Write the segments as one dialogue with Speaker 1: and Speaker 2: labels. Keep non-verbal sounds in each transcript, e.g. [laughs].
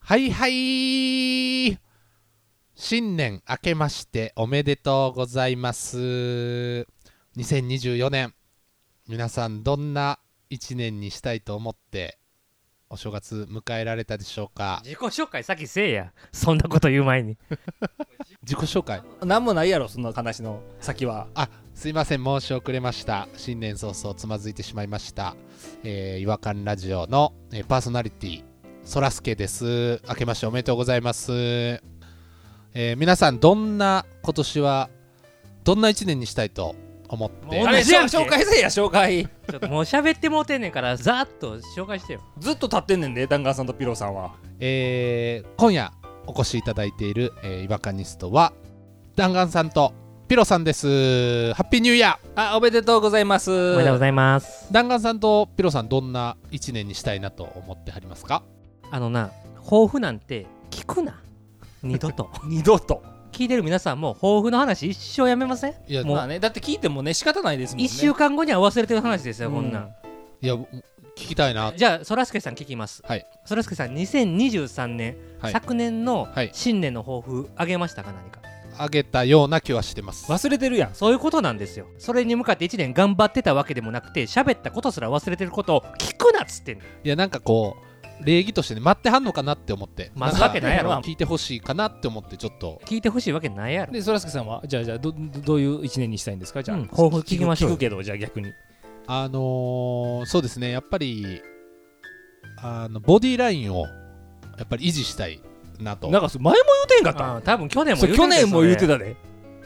Speaker 1: はいはい新年明けましておめでとうございます2024年皆さんどんな1年にしたいと思ってお正月迎えられたでしょうか
Speaker 2: 自己紹介先せえやそんなこと言う前に
Speaker 1: 自己紹介
Speaker 3: なんもないやろその話の先は
Speaker 1: あすいません申し遅れました新年早々つまずいてしまいました、えー違和感ラジオの、えーパーソナリティそらすけです明けましておめでとうございます、えー皆さんどんな今年はどんな1年にしたいと思って
Speaker 2: もう同
Speaker 3: あれ
Speaker 2: じ
Speaker 3: しょ
Speaker 2: やんけ
Speaker 3: 紹介せえや紹介
Speaker 2: ちょっともう喋ってもうてんねんからざーっと紹介してよ
Speaker 3: ずっと立ってんねんで弾丸さんとピローさんは
Speaker 1: えー今夜お越しいただいている、えー、違和感ニストは弾丸さんとピロさんですハッピーニューイヤ
Speaker 3: あおめでとうございます
Speaker 2: おめでとうございます
Speaker 1: ー弾丸さんとピロさんどんな1年にしたいなと思ってはりますか
Speaker 2: あのな抱負なんて聞くな二度
Speaker 3: [laughs]
Speaker 2: と
Speaker 3: 二度と
Speaker 2: 聞いてる皆さんも抱負の話一生やめません
Speaker 1: いや
Speaker 2: もう
Speaker 3: まあねだって聞いてもね仕方ないですもんね
Speaker 2: 一週間後には忘れてる話ですよ、こんな
Speaker 3: うん
Speaker 2: ん
Speaker 1: いや聞きたいな
Speaker 2: じゃあそらすけさん聞きます
Speaker 1: はい
Speaker 2: そらすけさん2023年、
Speaker 1: はい
Speaker 2: 昨年の
Speaker 1: はい
Speaker 2: 新年の抱負あげましたか何か
Speaker 1: あげたような気はしてます
Speaker 3: 忘れてるやん
Speaker 2: そういうことなんですよそれに向かって1年頑張ってたわけでもなくて喋ったことすら忘れてることを聞くなっつってんの
Speaker 1: いやなんかこう礼儀としてね待ってはんのかなって思って
Speaker 2: 待つわけ
Speaker 1: んか
Speaker 2: ないやろ
Speaker 1: 聞いてほしいかなって思ってちょっと
Speaker 2: 聞いてほしいわけないやろ
Speaker 3: でそらすけさんはじゃあじゃあどどどういう一年にしたいんですかじゃあ、
Speaker 2: うん抱負聞きましょう
Speaker 3: 聞くけどじゃあ逆に
Speaker 1: あのーそうですねやっぱりあのボディラインをやっぱり維持したいなと
Speaker 3: なんかそれ前も言うてんかった
Speaker 2: あー多分去年も
Speaker 3: そ
Speaker 2: 言
Speaker 3: れ
Speaker 2: う
Speaker 3: 去年も言うて
Speaker 2: た
Speaker 3: たで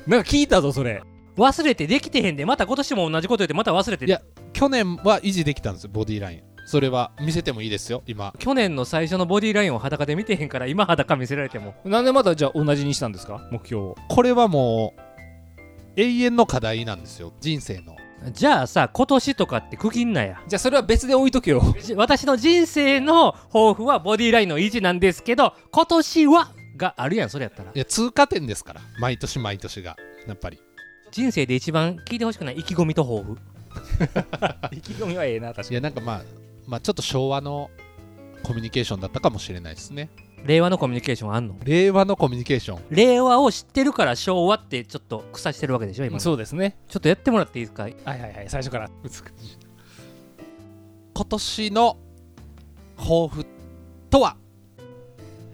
Speaker 3: なんか聞いたぞそれ
Speaker 2: 忘れてできてへんでまた今年も同じこと言ってまた忘れて
Speaker 1: いや去年は維持できたんですボディラインそれは見せてもいいですよ今
Speaker 2: 去年の最初のボディラインを裸で見てへんから今裸見せられても
Speaker 3: なんでまたじゃあ同じにしたんですか目標を
Speaker 1: これはもう永遠の課題なんですよ人生の
Speaker 2: [laughs] じゃあさ今年とかって区切んなや
Speaker 3: じゃあそれは別で置いとけよ
Speaker 2: じ私の人生の抱負はボディラインの維持なんですけど今年はがあるやんそれやったら
Speaker 1: いや通過点ですから毎年毎年がやっぱり
Speaker 2: 人生で一番聞いてほしくない意気込みと抱負
Speaker 3: [laughs] 意気込みはええな確
Speaker 1: いやなんかまあまあちょっと昭和のコミュニケーションだったかもしれないですね
Speaker 2: 令和のコミュニケーションあんの
Speaker 1: 令和のコミュニケーション
Speaker 2: 令和を知ってるから昭和ってちょっと草してるわけでしょ今ちょ
Speaker 3: そうですね
Speaker 2: っとやってもらっていいですか
Speaker 3: はいはいはい最初から
Speaker 1: 今年の抱負とは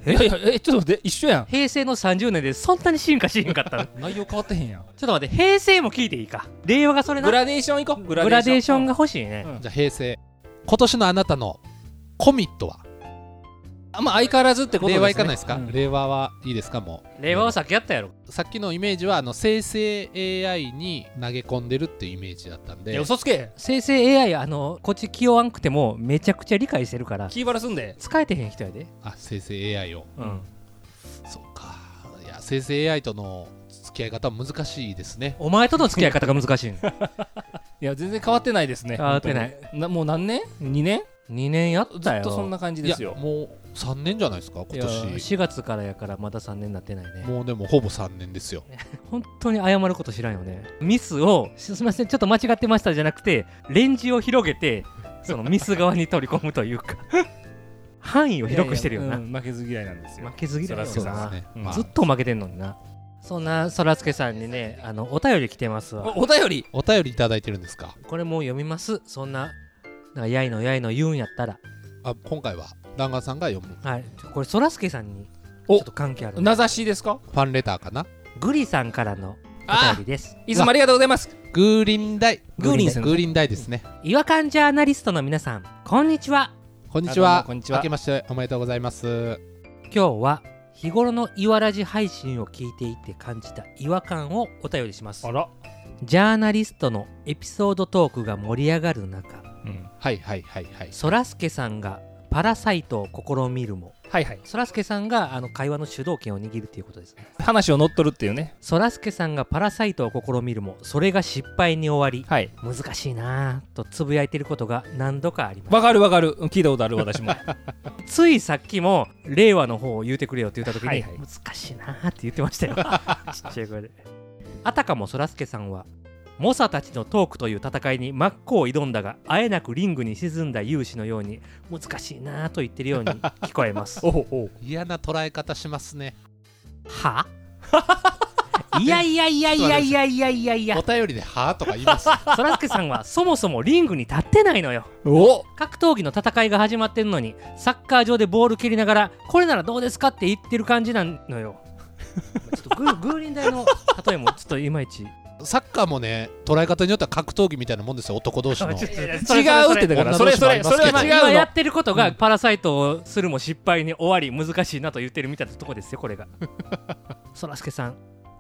Speaker 1: い
Speaker 3: やいやえちょっと待って一緒やん
Speaker 2: 平成の30年でそんなに進化しへんかったの [laughs] ちょ
Speaker 3: 内容変わってへんやん
Speaker 2: っと待って平成も聞いていいか令和がそれな
Speaker 3: グ
Speaker 2: グラ
Speaker 3: ラデーション行こうグ
Speaker 2: デーションが欲しいね、
Speaker 3: うん
Speaker 1: じゃあ平成今年のあなたのコミットは
Speaker 3: あまあ相変わらずってことですね
Speaker 1: 令和いかないですか、
Speaker 3: うん
Speaker 1: 令和はいいですかも
Speaker 2: 令和はさっきやったやろ
Speaker 1: うさっきのイメージはあの生成 AI に投げ込んでるっていうイメージだったん
Speaker 3: い
Speaker 1: で
Speaker 3: や嘘つけ
Speaker 2: 生成 AI あのこっち気弱んくてもめちゃくちゃ理解してるから
Speaker 3: 気張らすんで
Speaker 2: 使えてへん人やで
Speaker 1: あ生成 AI を
Speaker 2: うん
Speaker 1: そうかいや生成 AI との付き合い方は難しいですね
Speaker 2: お前との付き合い方が難 [laughs] しいの
Speaker 3: いや全然変わってないですね
Speaker 2: 変わってない
Speaker 3: 本当になもう何年 ?2 年
Speaker 2: 2年やっ
Speaker 3: ず
Speaker 2: た
Speaker 3: っ
Speaker 2: よ
Speaker 3: とそんな感じですよ
Speaker 1: いやもう3年じゃないですか今
Speaker 3: いや
Speaker 1: 年
Speaker 2: 4月からやからまだ3年になってないね
Speaker 1: もうでもほぼ3年ですよ
Speaker 2: 本当に謝ること知らんよねミスをすすみませんちょっと間違ってましたじゃなくてレンジを広げてそのミス側に取り込むという [laughs] か範囲を広くしてるよ
Speaker 3: いや
Speaker 2: ない
Speaker 3: やうん負けず嫌いなんですよ
Speaker 2: 負けず嫌いだよ
Speaker 3: そらすけ
Speaker 2: な
Speaker 3: さ
Speaker 1: ね
Speaker 3: うん
Speaker 1: まあ
Speaker 2: ずっと負けてんのになそんなそらすけさんにねあのお便り来てますわ
Speaker 3: おお便り
Speaker 1: お便りいただいてるんですか
Speaker 2: これもう読みますそんななんかやいのやいの言うんやったら
Speaker 1: あ今回は弾丸さんが読む
Speaker 2: はいちょこれそらすけさんにちょ
Speaker 3: お
Speaker 2: っと関係ある
Speaker 3: 名指しですか
Speaker 1: ファンレターかな
Speaker 2: グリさんからのお
Speaker 3: あ
Speaker 2: 便りです
Speaker 3: いつもありがとうございます
Speaker 1: グーリンダイ
Speaker 3: グーリンさん
Speaker 1: グーリンダイですね
Speaker 2: 違和感ジャーナリストの皆さんこんにちは
Speaker 1: こんにちは
Speaker 3: あどうもこんにちは
Speaker 1: 明けましておめでとうございます
Speaker 2: 今日は日頃のいわらじ配信を聞いていて感じた違和感をお便りします
Speaker 3: ら
Speaker 2: ジャーナリストのエピソードトークが盛り上がる中
Speaker 3: うん
Speaker 1: はいはいはいはい
Speaker 2: そらすけさんがパラサイトを試みるも
Speaker 3: はいはい
Speaker 2: そらすけさんがあの会話の主導権を握るということですね
Speaker 3: 話を乗っ取るっていうね
Speaker 2: そらすけさんがパラサイトを試みるもそれが失敗に終わ
Speaker 3: はい
Speaker 2: り難しいなぁとつぶやいていることが何度かあります
Speaker 3: わかるわかるうん聞いたことある私も
Speaker 2: ついさっきも令和の方を言うてくれよって言った時に、
Speaker 3: はいはい
Speaker 2: [laughs] 難しいなーって言ってましたよちっちゃい声であたかもそらすけさんは猛者たちのトークという戦いに真っ向を挑んだがあえなくリングに沈んだ勇士のように難しいなぁと言ってるように聞こえ [laughs] ます
Speaker 3: [laughs] おうおう
Speaker 1: 嫌な捉え方しますね
Speaker 2: はいやいやいやいやいやいやいやい [laughs] や
Speaker 1: お便りで「はあ?」とか言い
Speaker 3: [laughs]
Speaker 1: ます
Speaker 2: そらすけさんはそもそもリングに立ってないのよ
Speaker 3: お
Speaker 2: 格闘技の戦いが始まってんのにサッカー場でボール蹴りながらこれならどうですかって言ってる感じなのよ [laughs] ちょっとグーグーリン大の例えもちょっといまいち
Speaker 1: サッカーもね捉え方によっては格闘技みたいなもんですよ男同士
Speaker 3: [laughs]
Speaker 1: の
Speaker 3: 違うってだからそれそれそれ
Speaker 2: ま
Speaker 3: は
Speaker 2: あ
Speaker 3: 違
Speaker 2: 今
Speaker 3: う
Speaker 2: や
Speaker 3: の
Speaker 2: ってることがパラサイトをするも失敗に終わり難しいなと言ってるみたいなとこですよこれ [laughs] がそらすけさん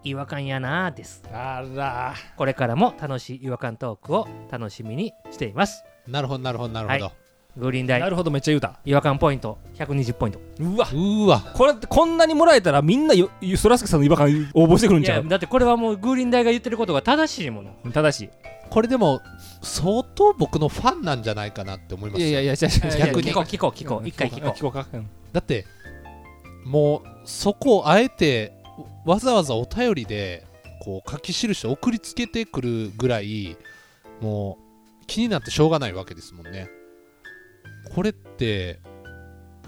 Speaker 2: 違和感やなあです
Speaker 3: あら
Speaker 2: これからも楽しい違和感トークを楽しみにしています
Speaker 1: なるほどなるほどなるほど、
Speaker 2: はグリーン
Speaker 3: な
Speaker 2: 大
Speaker 3: るほどめっちゃ言うた
Speaker 2: 違和感ポイント120ポイント
Speaker 3: うわ
Speaker 1: うーわ
Speaker 3: これってこんなにもらえたらみんなよよそらすけさんの違和感応募してくるん
Speaker 2: い
Speaker 3: ちゃ
Speaker 2: や
Speaker 3: う
Speaker 2: だってこれはもうグーリーン大が言ってることが正しいもの
Speaker 3: 正し
Speaker 1: これでも相当僕のファンなんじゃないかなって思いま
Speaker 3: い
Speaker 1: す
Speaker 3: いやいやいや違う違う違う
Speaker 1: 逆に
Speaker 2: 聞こう聞こう聞こう一回聞こ
Speaker 3: 聞こうかうん
Speaker 1: だってもうそこをあえてわざわざお便りでこう書き記して送りつけてくるぐらいもう気になってしょうがないわけですもんねこれって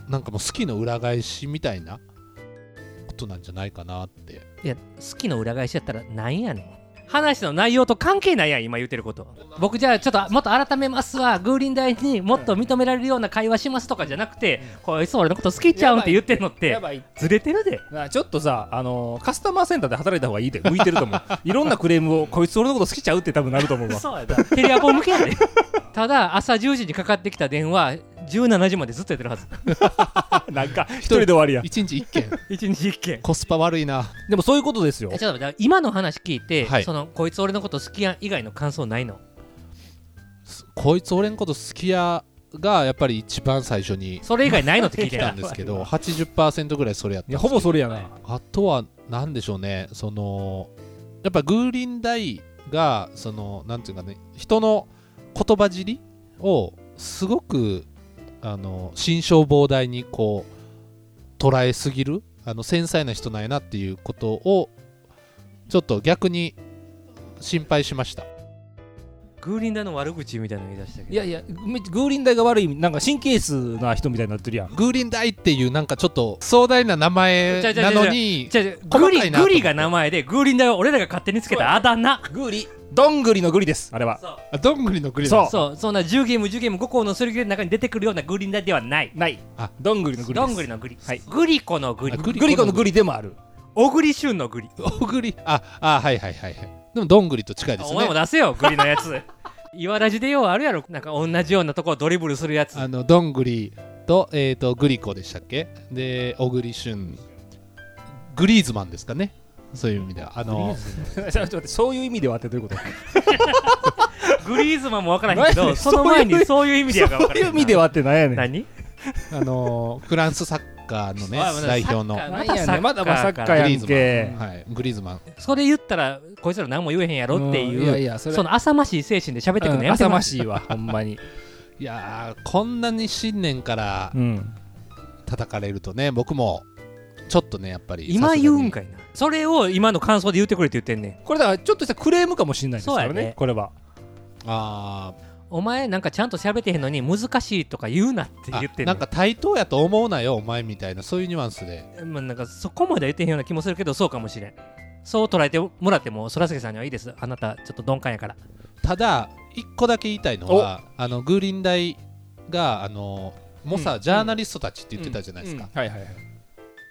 Speaker 1: なんかもう好きの裏返しみたいなことなんじゃないかなって
Speaker 2: ういや好きの裏返しやったらなんやねん話の内容と関係ないやん今言ってること僕じゃあちょっともっと改めますわグーリン大にもっと認められるような会話しますとかじゃなくてこいつ俺のこと好きちゃうんって言ってんのって
Speaker 3: やばい
Speaker 2: ずれてるで
Speaker 3: なちょっとさ、あのーカスタマーセンターで働いた方がいいで向いてると思う [laughs] いろんなクレームをこいつ俺のこと好きちゃうって多分なると思うわ
Speaker 2: そうやなテレアポ向けやでただ朝10時にかかってきた電話17時までずっとやってるはず
Speaker 3: なんか [laughs] 一人で終わりや
Speaker 1: 一日一件
Speaker 2: 一日一件
Speaker 1: コスパ悪いな
Speaker 3: でもそういうことですよ
Speaker 2: えちょっと待って今の話聞いて、
Speaker 1: はい
Speaker 2: そのこいつ俺のこと好きやん以外の感想ないの
Speaker 1: こいつ俺のこと好きやがやっぱり一番最初に
Speaker 2: それ以外ないのって聞い
Speaker 1: 来
Speaker 2: て
Speaker 1: た
Speaker 2: た
Speaker 1: んですけど80%ぐらいそれやったん
Speaker 3: い
Speaker 1: で
Speaker 3: や
Speaker 1: すけ
Speaker 3: ほ
Speaker 1: ど
Speaker 3: ぼそれやな
Speaker 1: あとは何でしょうねそのやっぱグーリンダイがそのなんていうかね人の言葉尻をすごくあの心象膨大にこう捉えすぎるあの繊細な人なんやなっていうことをちょっと逆に心配しました
Speaker 2: グーリンダの悪口みたいなの言い出したけど
Speaker 3: いやいやめグーリン大が悪いなんか神経質な人みたいになってるやん
Speaker 1: グーリンダイっていうなんかちょっと壮大な名前なのに
Speaker 2: じゃあじゃあ
Speaker 1: 細
Speaker 2: グ
Speaker 1: かいなと
Speaker 2: リ
Speaker 1: 思って
Speaker 2: グリが名前でグーリンダは俺らが勝手につけたあだ名
Speaker 3: グーリどんぐりのグリですあれは
Speaker 2: そ
Speaker 1: あどんぐりのグリン
Speaker 3: そう
Speaker 2: そうそんな10ゲーム10ゲーム5個のすり切れの中に出てくるようなグーリンダではない
Speaker 3: ない
Speaker 1: あ
Speaker 3: どんぐりのグリで
Speaker 2: ど
Speaker 3: す
Speaker 2: んぐりのグリ、
Speaker 3: はい
Speaker 2: グリコのグリ
Speaker 1: あグ
Speaker 3: グリコのグ
Speaker 1: リ
Speaker 3: リでもある
Speaker 2: 小栗旬のグリ
Speaker 1: おぐり [laughs] ああはいはいはいはいでもどんぐりと近いです
Speaker 2: お
Speaker 1: ね
Speaker 2: 前も出せ
Speaker 3: [laughs]
Speaker 2: よグリのやつ岩ラジでようあるやろなんか同じようなとこをドリブルするやつ
Speaker 3: [laughs]
Speaker 1: あのどんぐりと,、えー、とグリコでしたっけで小栗旬グリーズマンですかねそういう意味ではあの
Speaker 3: [laughs] ちょっと待ってそういう意味ではってどういうこと
Speaker 2: グリーズマンも分からへんけ
Speaker 3: 何
Speaker 2: ど
Speaker 3: で
Speaker 2: その前にそういう意味では分
Speaker 3: そ
Speaker 2: か
Speaker 3: う
Speaker 2: らへん
Speaker 3: いう意味で
Speaker 2: は
Speaker 3: はってなんやねん
Speaker 2: 何
Speaker 1: あのフランスサッカーのね
Speaker 2: あまだ
Speaker 1: 代表の、
Speaker 2: サッカー
Speaker 3: なんや
Speaker 2: またサッカーか
Speaker 3: ねんまだまあサッカーやん
Speaker 1: グリ
Speaker 3: け
Speaker 1: はい、グリーズマン
Speaker 2: それ言ったらこいつら何も言えへんやろっていう、
Speaker 3: んいやいやそれ
Speaker 2: その浅ましい精神で喋ってくるの
Speaker 3: うん
Speaker 2: やめて
Speaker 3: 浅
Speaker 2: もら
Speaker 3: ま
Speaker 2: って
Speaker 3: しいわほ [laughs] んまに
Speaker 1: いやーこんなに新年から
Speaker 3: うん
Speaker 1: 叩かれるとね僕もちょっとねやっぱり
Speaker 2: 今言うん
Speaker 1: か
Speaker 2: かいなそれを今の感想で言ってくれって言ってんねん
Speaker 3: これだからちょっとしたクレームかもしれないですから
Speaker 2: そうや
Speaker 3: ね
Speaker 2: ね
Speaker 3: これは
Speaker 1: あー
Speaker 2: お前なんかちゃんと喋ってへんのに難しいとか言うなって言
Speaker 1: あ
Speaker 2: ってんねん
Speaker 1: なんか対等やと思うなよお前みたいなそういうニュアンスで
Speaker 2: まあ、なんかそこまでは言ってへんような気もするけどそうかもしれんそう捉えてもらってもそらすけさんにはいいですあなたちょっと鈍感やから
Speaker 1: ただ一個だけ言いたいのはあのグーリン大があのもさ、
Speaker 3: うん
Speaker 1: ジャーナリストたちって言ってたじゃないですか、
Speaker 3: うんはいはいはい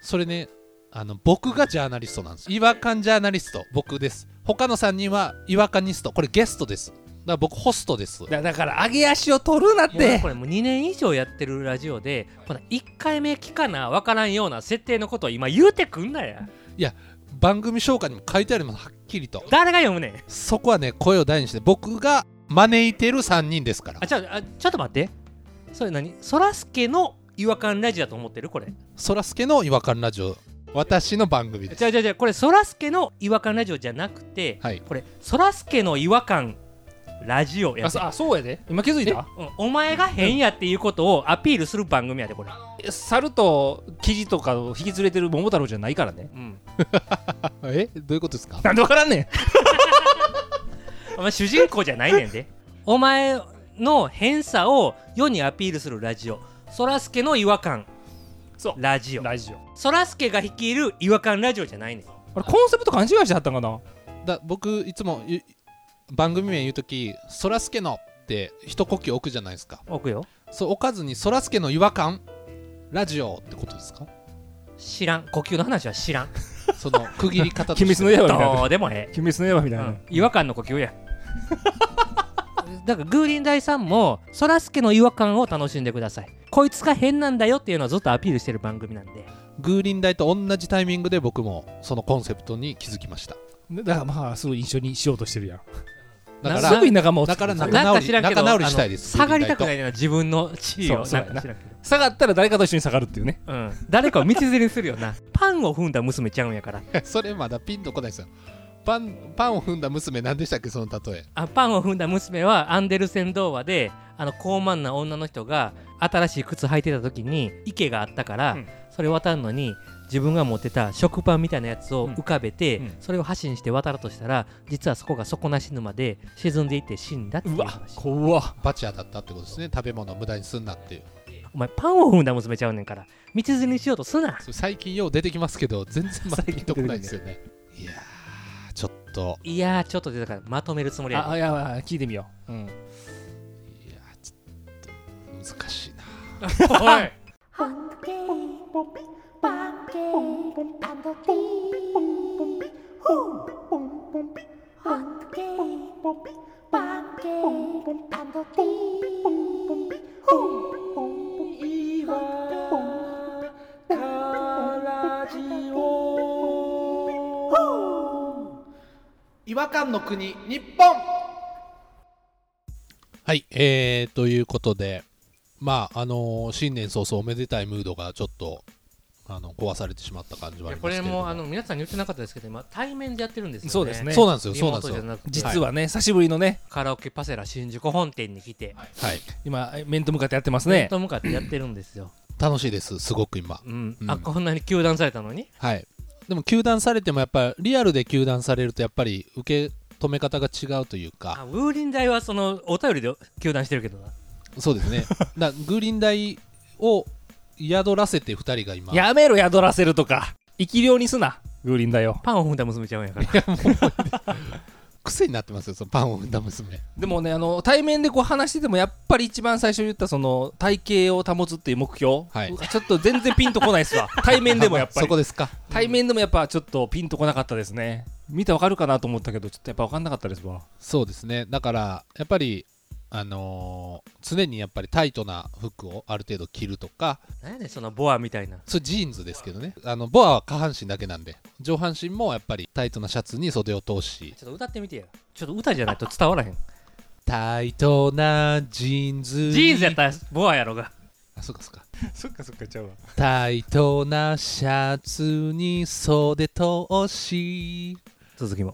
Speaker 1: それねあの僕がジャーナリストなんです違和感ジャーナリスト僕です他の3人は違和感ニストこれゲストですだから僕ホストです
Speaker 3: だだから上げ足を取るなっ
Speaker 2: いや
Speaker 3: て
Speaker 2: これもう2年以上やってるラジオでこの1回目聞かな分からんような設定のことを今言うてくんなや
Speaker 1: 番組紹介にも書いてありますはっきりと
Speaker 2: 誰が読むねん
Speaker 1: そこはね声を大にして僕が招いてる3人ですから
Speaker 2: あちょあちょっと待ってそれ何そらすけの違和感ラジオだと思ってるこれ
Speaker 1: そらすけの違和感ラジオ私の番組です
Speaker 2: じゃじゃじゃこれそらすけの違和感ラジオじゃなくて、
Speaker 1: はい
Speaker 2: これそらすけの違和感ラジオや
Speaker 3: あ
Speaker 2: で
Speaker 3: そあそうやで今気づいた
Speaker 2: うんお前が変やっていうことをアピールする番組やでこれ
Speaker 3: 猿と生地とかを引き連れてる桃太郎じゃないからね
Speaker 2: うん
Speaker 1: えどういうことですか
Speaker 3: なんでわからんねん
Speaker 2: お前主人公じゃないねんでお前の偏差を世にアピールするラジオそらすけの違和感
Speaker 3: そう
Speaker 2: ラジオ
Speaker 3: ラジオ
Speaker 2: そらすけが率いる違和感ラジオじゃないねん
Speaker 3: あれコンセプト勘違いしてはったんかな
Speaker 1: だ僕いつもゆ番組名言う時「そらすけの」って一呼吸置くじゃないですか
Speaker 2: 置くよ
Speaker 1: そう置かずに「そらすけの違和感ラジオ」ってことですか
Speaker 2: 知らん呼吸の話は知
Speaker 3: [laughs]
Speaker 2: らん
Speaker 1: その区切り方として [laughs]
Speaker 3: 秘密の刃みたいな
Speaker 2: どうでもえ
Speaker 3: 鬼滅の刃み
Speaker 2: え、
Speaker 3: たいな、
Speaker 2: うん違和感の呼吸やだからグーリン大さんもそらすけの違和感を楽しんでくださいこいつが変なんだよっていうのをずっとアピールしてる番組なんで
Speaker 1: グーリン大と同じタイミングで僕もそのコンセプトに気づきました
Speaker 3: だからまあすごい一緒にしようとしてるやん
Speaker 1: だか
Speaker 2: な
Speaker 1: ら
Speaker 3: すぐに仲間を
Speaker 1: だから
Speaker 3: 作
Speaker 1: 仲
Speaker 2: な
Speaker 3: る
Speaker 2: ん
Speaker 1: 直
Speaker 2: か
Speaker 1: り
Speaker 2: 知らんけど
Speaker 1: 仲直りしたいです
Speaker 2: あの下がりたくないな自分の地位を
Speaker 3: そうそう
Speaker 2: な
Speaker 3: や
Speaker 2: んか
Speaker 3: な
Speaker 2: 知らんけど
Speaker 3: 下がったら誰かと一緒に下がるっていうね
Speaker 2: うん、誰かを道連れにするよなパンを踏んだ娘ちゃうんやから
Speaker 1: [laughs] それまだピンとこないですよパンパンを踏んだ娘何でしたっけその例え
Speaker 2: あパンを踏んだ娘はアンデルセン童話であの高慢な女の人が新しい靴履いてた時に池があったから、
Speaker 3: うん
Speaker 2: それ渡るのに自分が持ってた食パンみたいなやつを浮かべて、
Speaker 3: うんうん
Speaker 2: それを箸にして渡ろうとしたら実はそこが底なし沼で沈んでいって死んだっていう
Speaker 3: うわ
Speaker 2: 話
Speaker 3: 怖っ
Speaker 1: バチ当たったってことですね食べ物を無駄にすんなっていう
Speaker 2: お前パンを踏んだ娘ちゃうねんから道連れにしようとすな
Speaker 1: それ最近よう出てきますけど全然まだピンとこないですよねいやーちょっと
Speaker 2: いやーちょっと出たからまとめるつもりや
Speaker 3: あいやまあ聞いてみよう、うん、
Speaker 1: いやーちょっと難しいな
Speaker 4: Hunky,
Speaker 1: 違和感の国日本はいえー、ということでまああのー新年早々おめでたいムードがちょっとあの壊されてしまった感じはあり
Speaker 2: こ
Speaker 1: ますけれ
Speaker 2: れ
Speaker 1: ども
Speaker 2: もあの皆さんに言ってなかったですけど今対面でやってるんですよね
Speaker 3: そうですね
Speaker 1: そうなんですよ
Speaker 2: リ
Speaker 1: そうな
Speaker 2: モ
Speaker 1: ん
Speaker 2: ー
Speaker 1: で
Speaker 2: ト
Speaker 1: す
Speaker 2: じゃ
Speaker 1: よ
Speaker 2: なくて
Speaker 3: 実はね、久しぶりのね
Speaker 2: カラオケパセラ新宿本店に来て、
Speaker 1: はい
Speaker 3: 今面と向かってやってます
Speaker 2: 面
Speaker 3: ね
Speaker 2: と向かってやってるんですよ。
Speaker 1: 楽しいですすごく今
Speaker 2: うん、
Speaker 1: うん
Speaker 2: あこんなに糾弾されたのに
Speaker 1: はいでも球団されてもやっぱりリアルで球団されるとやっぱり受け止め方が違うというか
Speaker 2: あウーリン大はそのお便りで糾弾してるけどな
Speaker 1: そうですねだグーリン大を宿らせて2人が今
Speaker 3: やめろ宿らせるとか生き量にすなグーリンだよ
Speaker 2: パンを踏んだ娘ちゃうんやから
Speaker 1: 癖になってますよそのパンを踏んだ娘
Speaker 3: でもねあの対面でこう話しててもやっぱり一番最初言ったその体型を保つっていう目標、
Speaker 1: はい
Speaker 3: ちょっと全然ピンとこないっす [laughs] わ対面でもやっぱ
Speaker 1: そ
Speaker 3: り
Speaker 1: こですか
Speaker 3: 対面でもやっぱちょっとピンとこなかったですね見てわかるかなと思ったけどちょっとやっぱわかんなかったですわ
Speaker 1: そうですねだからやっぱりあのー常にやっぱりタイトな服をある程度着るとか
Speaker 2: 何やねんそのボアみたいな
Speaker 1: それジーンズですけどねあのボアは下半身だけなんで上半身もやっぱりタイトなシャツに袖を通し
Speaker 2: ちょっと歌ってみてよちょっと歌じゃないと伝わらへん [laughs]
Speaker 1: タイトなジーンズ
Speaker 2: ジーンズやったらボアやろが
Speaker 1: あそうかそうか
Speaker 3: そっかそっかちゃうわ
Speaker 1: タイトなシャツに袖通し
Speaker 2: 続きも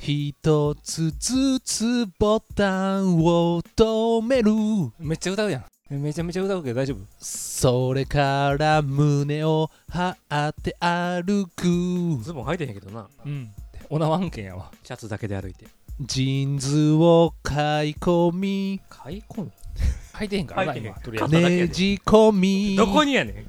Speaker 1: 一つずつボタンを止める
Speaker 3: めっちゃ歌うやんめちゃめちゃ歌うけど大丈夫
Speaker 1: それから胸を張って歩く
Speaker 2: ズボン履いてへんけどな
Speaker 3: うんオナワン県やわ
Speaker 2: シャツだけで歩いて
Speaker 1: ジーンズを買い込み
Speaker 2: 買い
Speaker 3: [laughs]
Speaker 2: 込む
Speaker 3: 履いてへんからな
Speaker 2: 履いてへん
Speaker 3: 今とりあえず
Speaker 2: 肩だけやで
Speaker 1: ねじ込み
Speaker 2: どこにやね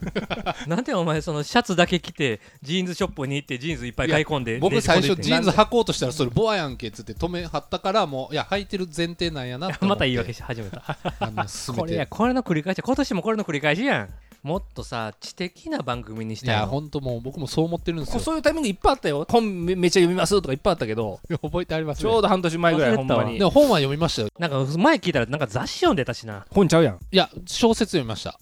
Speaker 2: んなんでお前そのシャツだけ着てジーンズショップに行ってジーンズいっぱい買い込んで
Speaker 1: 僕最初
Speaker 2: ジ
Speaker 1: ジーンズ履こうとしたらそれボアやんけっつって止めはったからもういや履いてる前提なんやなと思って
Speaker 2: [laughs] また言い訳し始めた
Speaker 1: あの進め
Speaker 2: こ
Speaker 1: て
Speaker 2: れやこれの繰り返し今年もこれの繰り返しやんもっとさ知的な番組にし
Speaker 1: い
Speaker 2: たい
Speaker 1: や
Speaker 2: の
Speaker 1: ほんともう僕もそう思ってるんです
Speaker 3: こ
Speaker 1: よ
Speaker 3: そういうタイミングいっぱいあったよ本めめっちゃ読みますとかいっぱいあったけど
Speaker 1: 覚えてあります
Speaker 3: ちょうど半年前ぐらい
Speaker 2: 忘
Speaker 3: ほ
Speaker 2: れ
Speaker 3: ん
Speaker 2: てたわ
Speaker 3: まに
Speaker 1: でも本は読みましたよ
Speaker 2: なんか前聞いたらなんか雑誌読んでたしない
Speaker 3: 本ちゃうやん
Speaker 1: いや小説読みました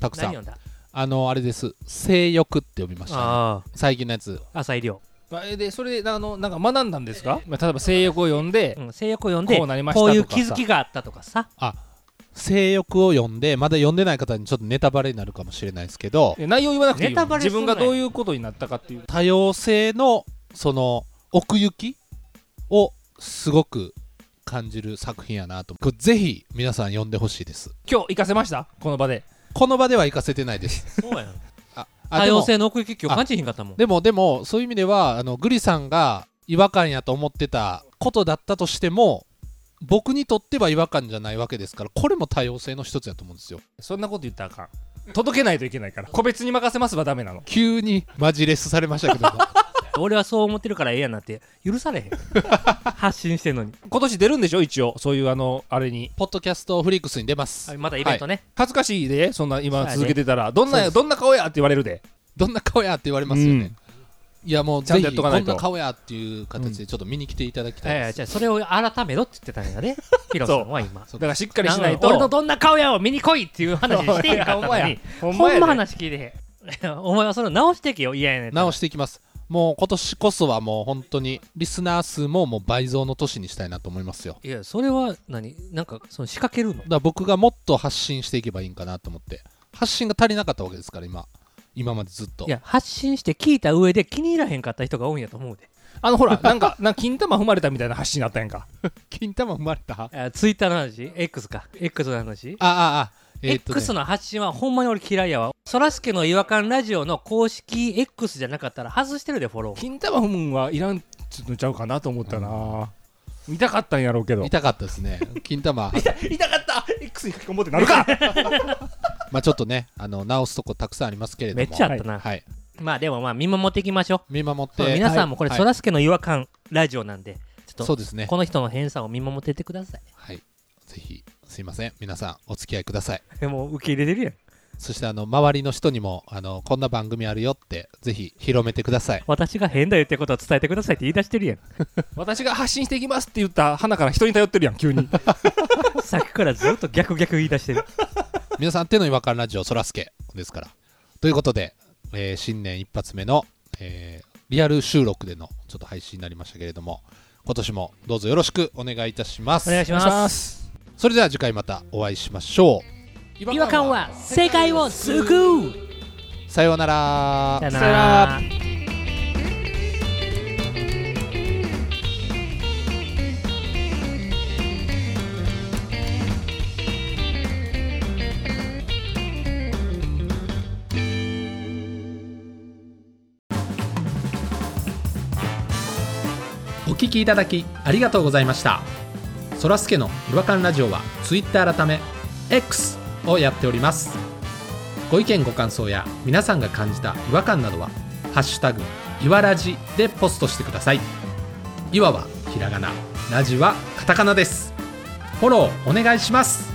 Speaker 1: たくさ
Speaker 2: 何
Speaker 1: ん
Speaker 2: 読んだ
Speaker 1: あのあれです「性欲」って読みました、ね、
Speaker 2: あ
Speaker 1: 最近のやつ
Speaker 2: あ浅井亮、
Speaker 3: あえでそれであのなんか学んだんですかまあ例えば性欲を読んで
Speaker 2: うん、性欲を読んで
Speaker 3: こうなりましたと
Speaker 2: こ
Speaker 3: か
Speaker 2: うい
Speaker 3: さ
Speaker 2: う気づきがあったとかさ
Speaker 1: 性欲を読んでまだ読んでない方にちょっとネタバレになるかもしれないですけど
Speaker 3: え内容言わなくていい
Speaker 2: ネ
Speaker 3: よ
Speaker 2: タバレす
Speaker 3: 自
Speaker 2: んなよ
Speaker 3: 分がどういうことになったかっていう
Speaker 1: 多様性のその奥行きをすごく感じる作品やなとこれぜひ皆さん読んでほしいです
Speaker 3: 今日行かせましたこの場で
Speaker 1: この場では行かせてないです
Speaker 2: そう [laughs] やん
Speaker 1: ああ
Speaker 2: 多
Speaker 1: でも
Speaker 2: 様性の奥行きを感じひんかったもん
Speaker 1: でもでもそういう意味ではあのグリさんが違和感やと思ってたことだったとしても僕にとっては違和感じゃないわけですからこれも多様性の一つやと思うんですよ
Speaker 3: そんなこと言ったらあかん届けないといけないから個別に任せますはダメなの
Speaker 1: 急にマジレスされましたけど
Speaker 2: [laughs]
Speaker 1: も
Speaker 2: 俺はそう思ってるからええやんなんて許されへん発信してんのに、
Speaker 3: 今年出るんでしょ一応そういうあのあれに
Speaker 1: ポッドキャストフリックスに出ます、
Speaker 2: はいまたイベントね、
Speaker 3: 恥ずかしいでそんな
Speaker 2: そう
Speaker 3: 今
Speaker 2: やで
Speaker 3: 続けてたらどん
Speaker 1: そう
Speaker 3: な
Speaker 1: です
Speaker 3: どんな顔やって言われるで
Speaker 1: どんな顔やって言われますよね、いやもう
Speaker 3: ちゃ
Speaker 1: ぜ
Speaker 3: んとやっ
Speaker 1: ひ
Speaker 3: と
Speaker 1: こ
Speaker 3: かない
Speaker 1: ん
Speaker 3: と
Speaker 1: な顔やっていう形でちょっと見に来ていただきたい
Speaker 2: え
Speaker 1: です、
Speaker 2: えじゃあそれを改めろって言ってたんや [laughs] ねヒロさんは今
Speaker 1: そう
Speaker 3: だからしっかりしないと
Speaker 2: 俺のどんな顔やを見に来いって [laughs] いう話してんかお前に
Speaker 3: ほんま
Speaker 2: ほん
Speaker 3: やで
Speaker 2: ま話聞いてへん [laughs] お前はそれを直してけよ嫌やねん
Speaker 1: 直していきますもう今年こそはもう本当にリスナー数ももう倍増の年にしたいなと思いますよ
Speaker 2: いやそれは何なんかその仕掛けるの
Speaker 1: だから僕がもっと発信していけばいいんかなと思って発信が足りなかったわけですから今今までずっと
Speaker 2: いや発信して聞いた上で気に入らへんかった人が多いんやと思うで
Speaker 3: あのほらなんかなんか金玉踏まれたみたいな発信になったやんか
Speaker 1: 金玉生まれたああ
Speaker 2: あツイッターの話 X か X の話
Speaker 1: ああえーっとね
Speaker 2: X の発信はほんまに俺嫌いやわそらすけの違和感ラジオの公式 X じゃなかったら外してるでフォロー
Speaker 3: 金玉踏むんはいらんちょっとちゃうかなと思ったな見たかったんやろうけど
Speaker 1: 痛かったですね金玉
Speaker 3: 痛かった X に書き込もうってなるか
Speaker 1: まあちょっとねあの直すとこたくさんありますけれども
Speaker 2: めっちゃあったな、
Speaker 1: はい
Speaker 2: まあでもまあ見守っていきましょ
Speaker 1: 見守っ
Speaker 2: う、そう
Speaker 1: て
Speaker 2: 皆さんもこれ
Speaker 1: はい
Speaker 2: そらすけの違和感ラジオなんでちょっ
Speaker 1: そうで
Speaker 2: と
Speaker 1: すね
Speaker 2: この人の偏差を見守っててくださ
Speaker 1: はいぜひすいません皆さんお付き合いください
Speaker 2: いもう受け入れてるやん
Speaker 1: そしてあの周りの人にもあのこんな番組あるよってぜひ広めてください
Speaker 2: 私が変だよってことを伝えてくださいって言い出してるやん
Speaker 3: [laughs] 私が発信していきますって言った花から人に頼ってるやん急に
Speaker 2: [laughs] さっきからずっと逆逆言い出してる
Speaker 1: 皆さん手の違和感ラジオそらすけですからということで、えー新年一発目の、えーリアル収録でのちょっと配信になりましたけれども今年もどうぞよろしくお願いいたします
Speaker 2: お願いします
Speaker 3: す
Speaker 1: それでは次回またお会いしましょう
Speaker 2: 違和感は世界を救う
Speaker 1: さようなら
Speaker 2: さよな
Speaker 3: さよな
Speaker 2: ら
Speaker 3: ら
Speaker 1: お聞きいただきありがとうございましたそらすけの違和感ラジオは Twitter 改め X をやっておりますご意見ご感想や皆さんが感じた違和感などは「ハッシュタグいわらじ」でポストしてくださいいわはひらがなラジはカタカナですフォローお願いします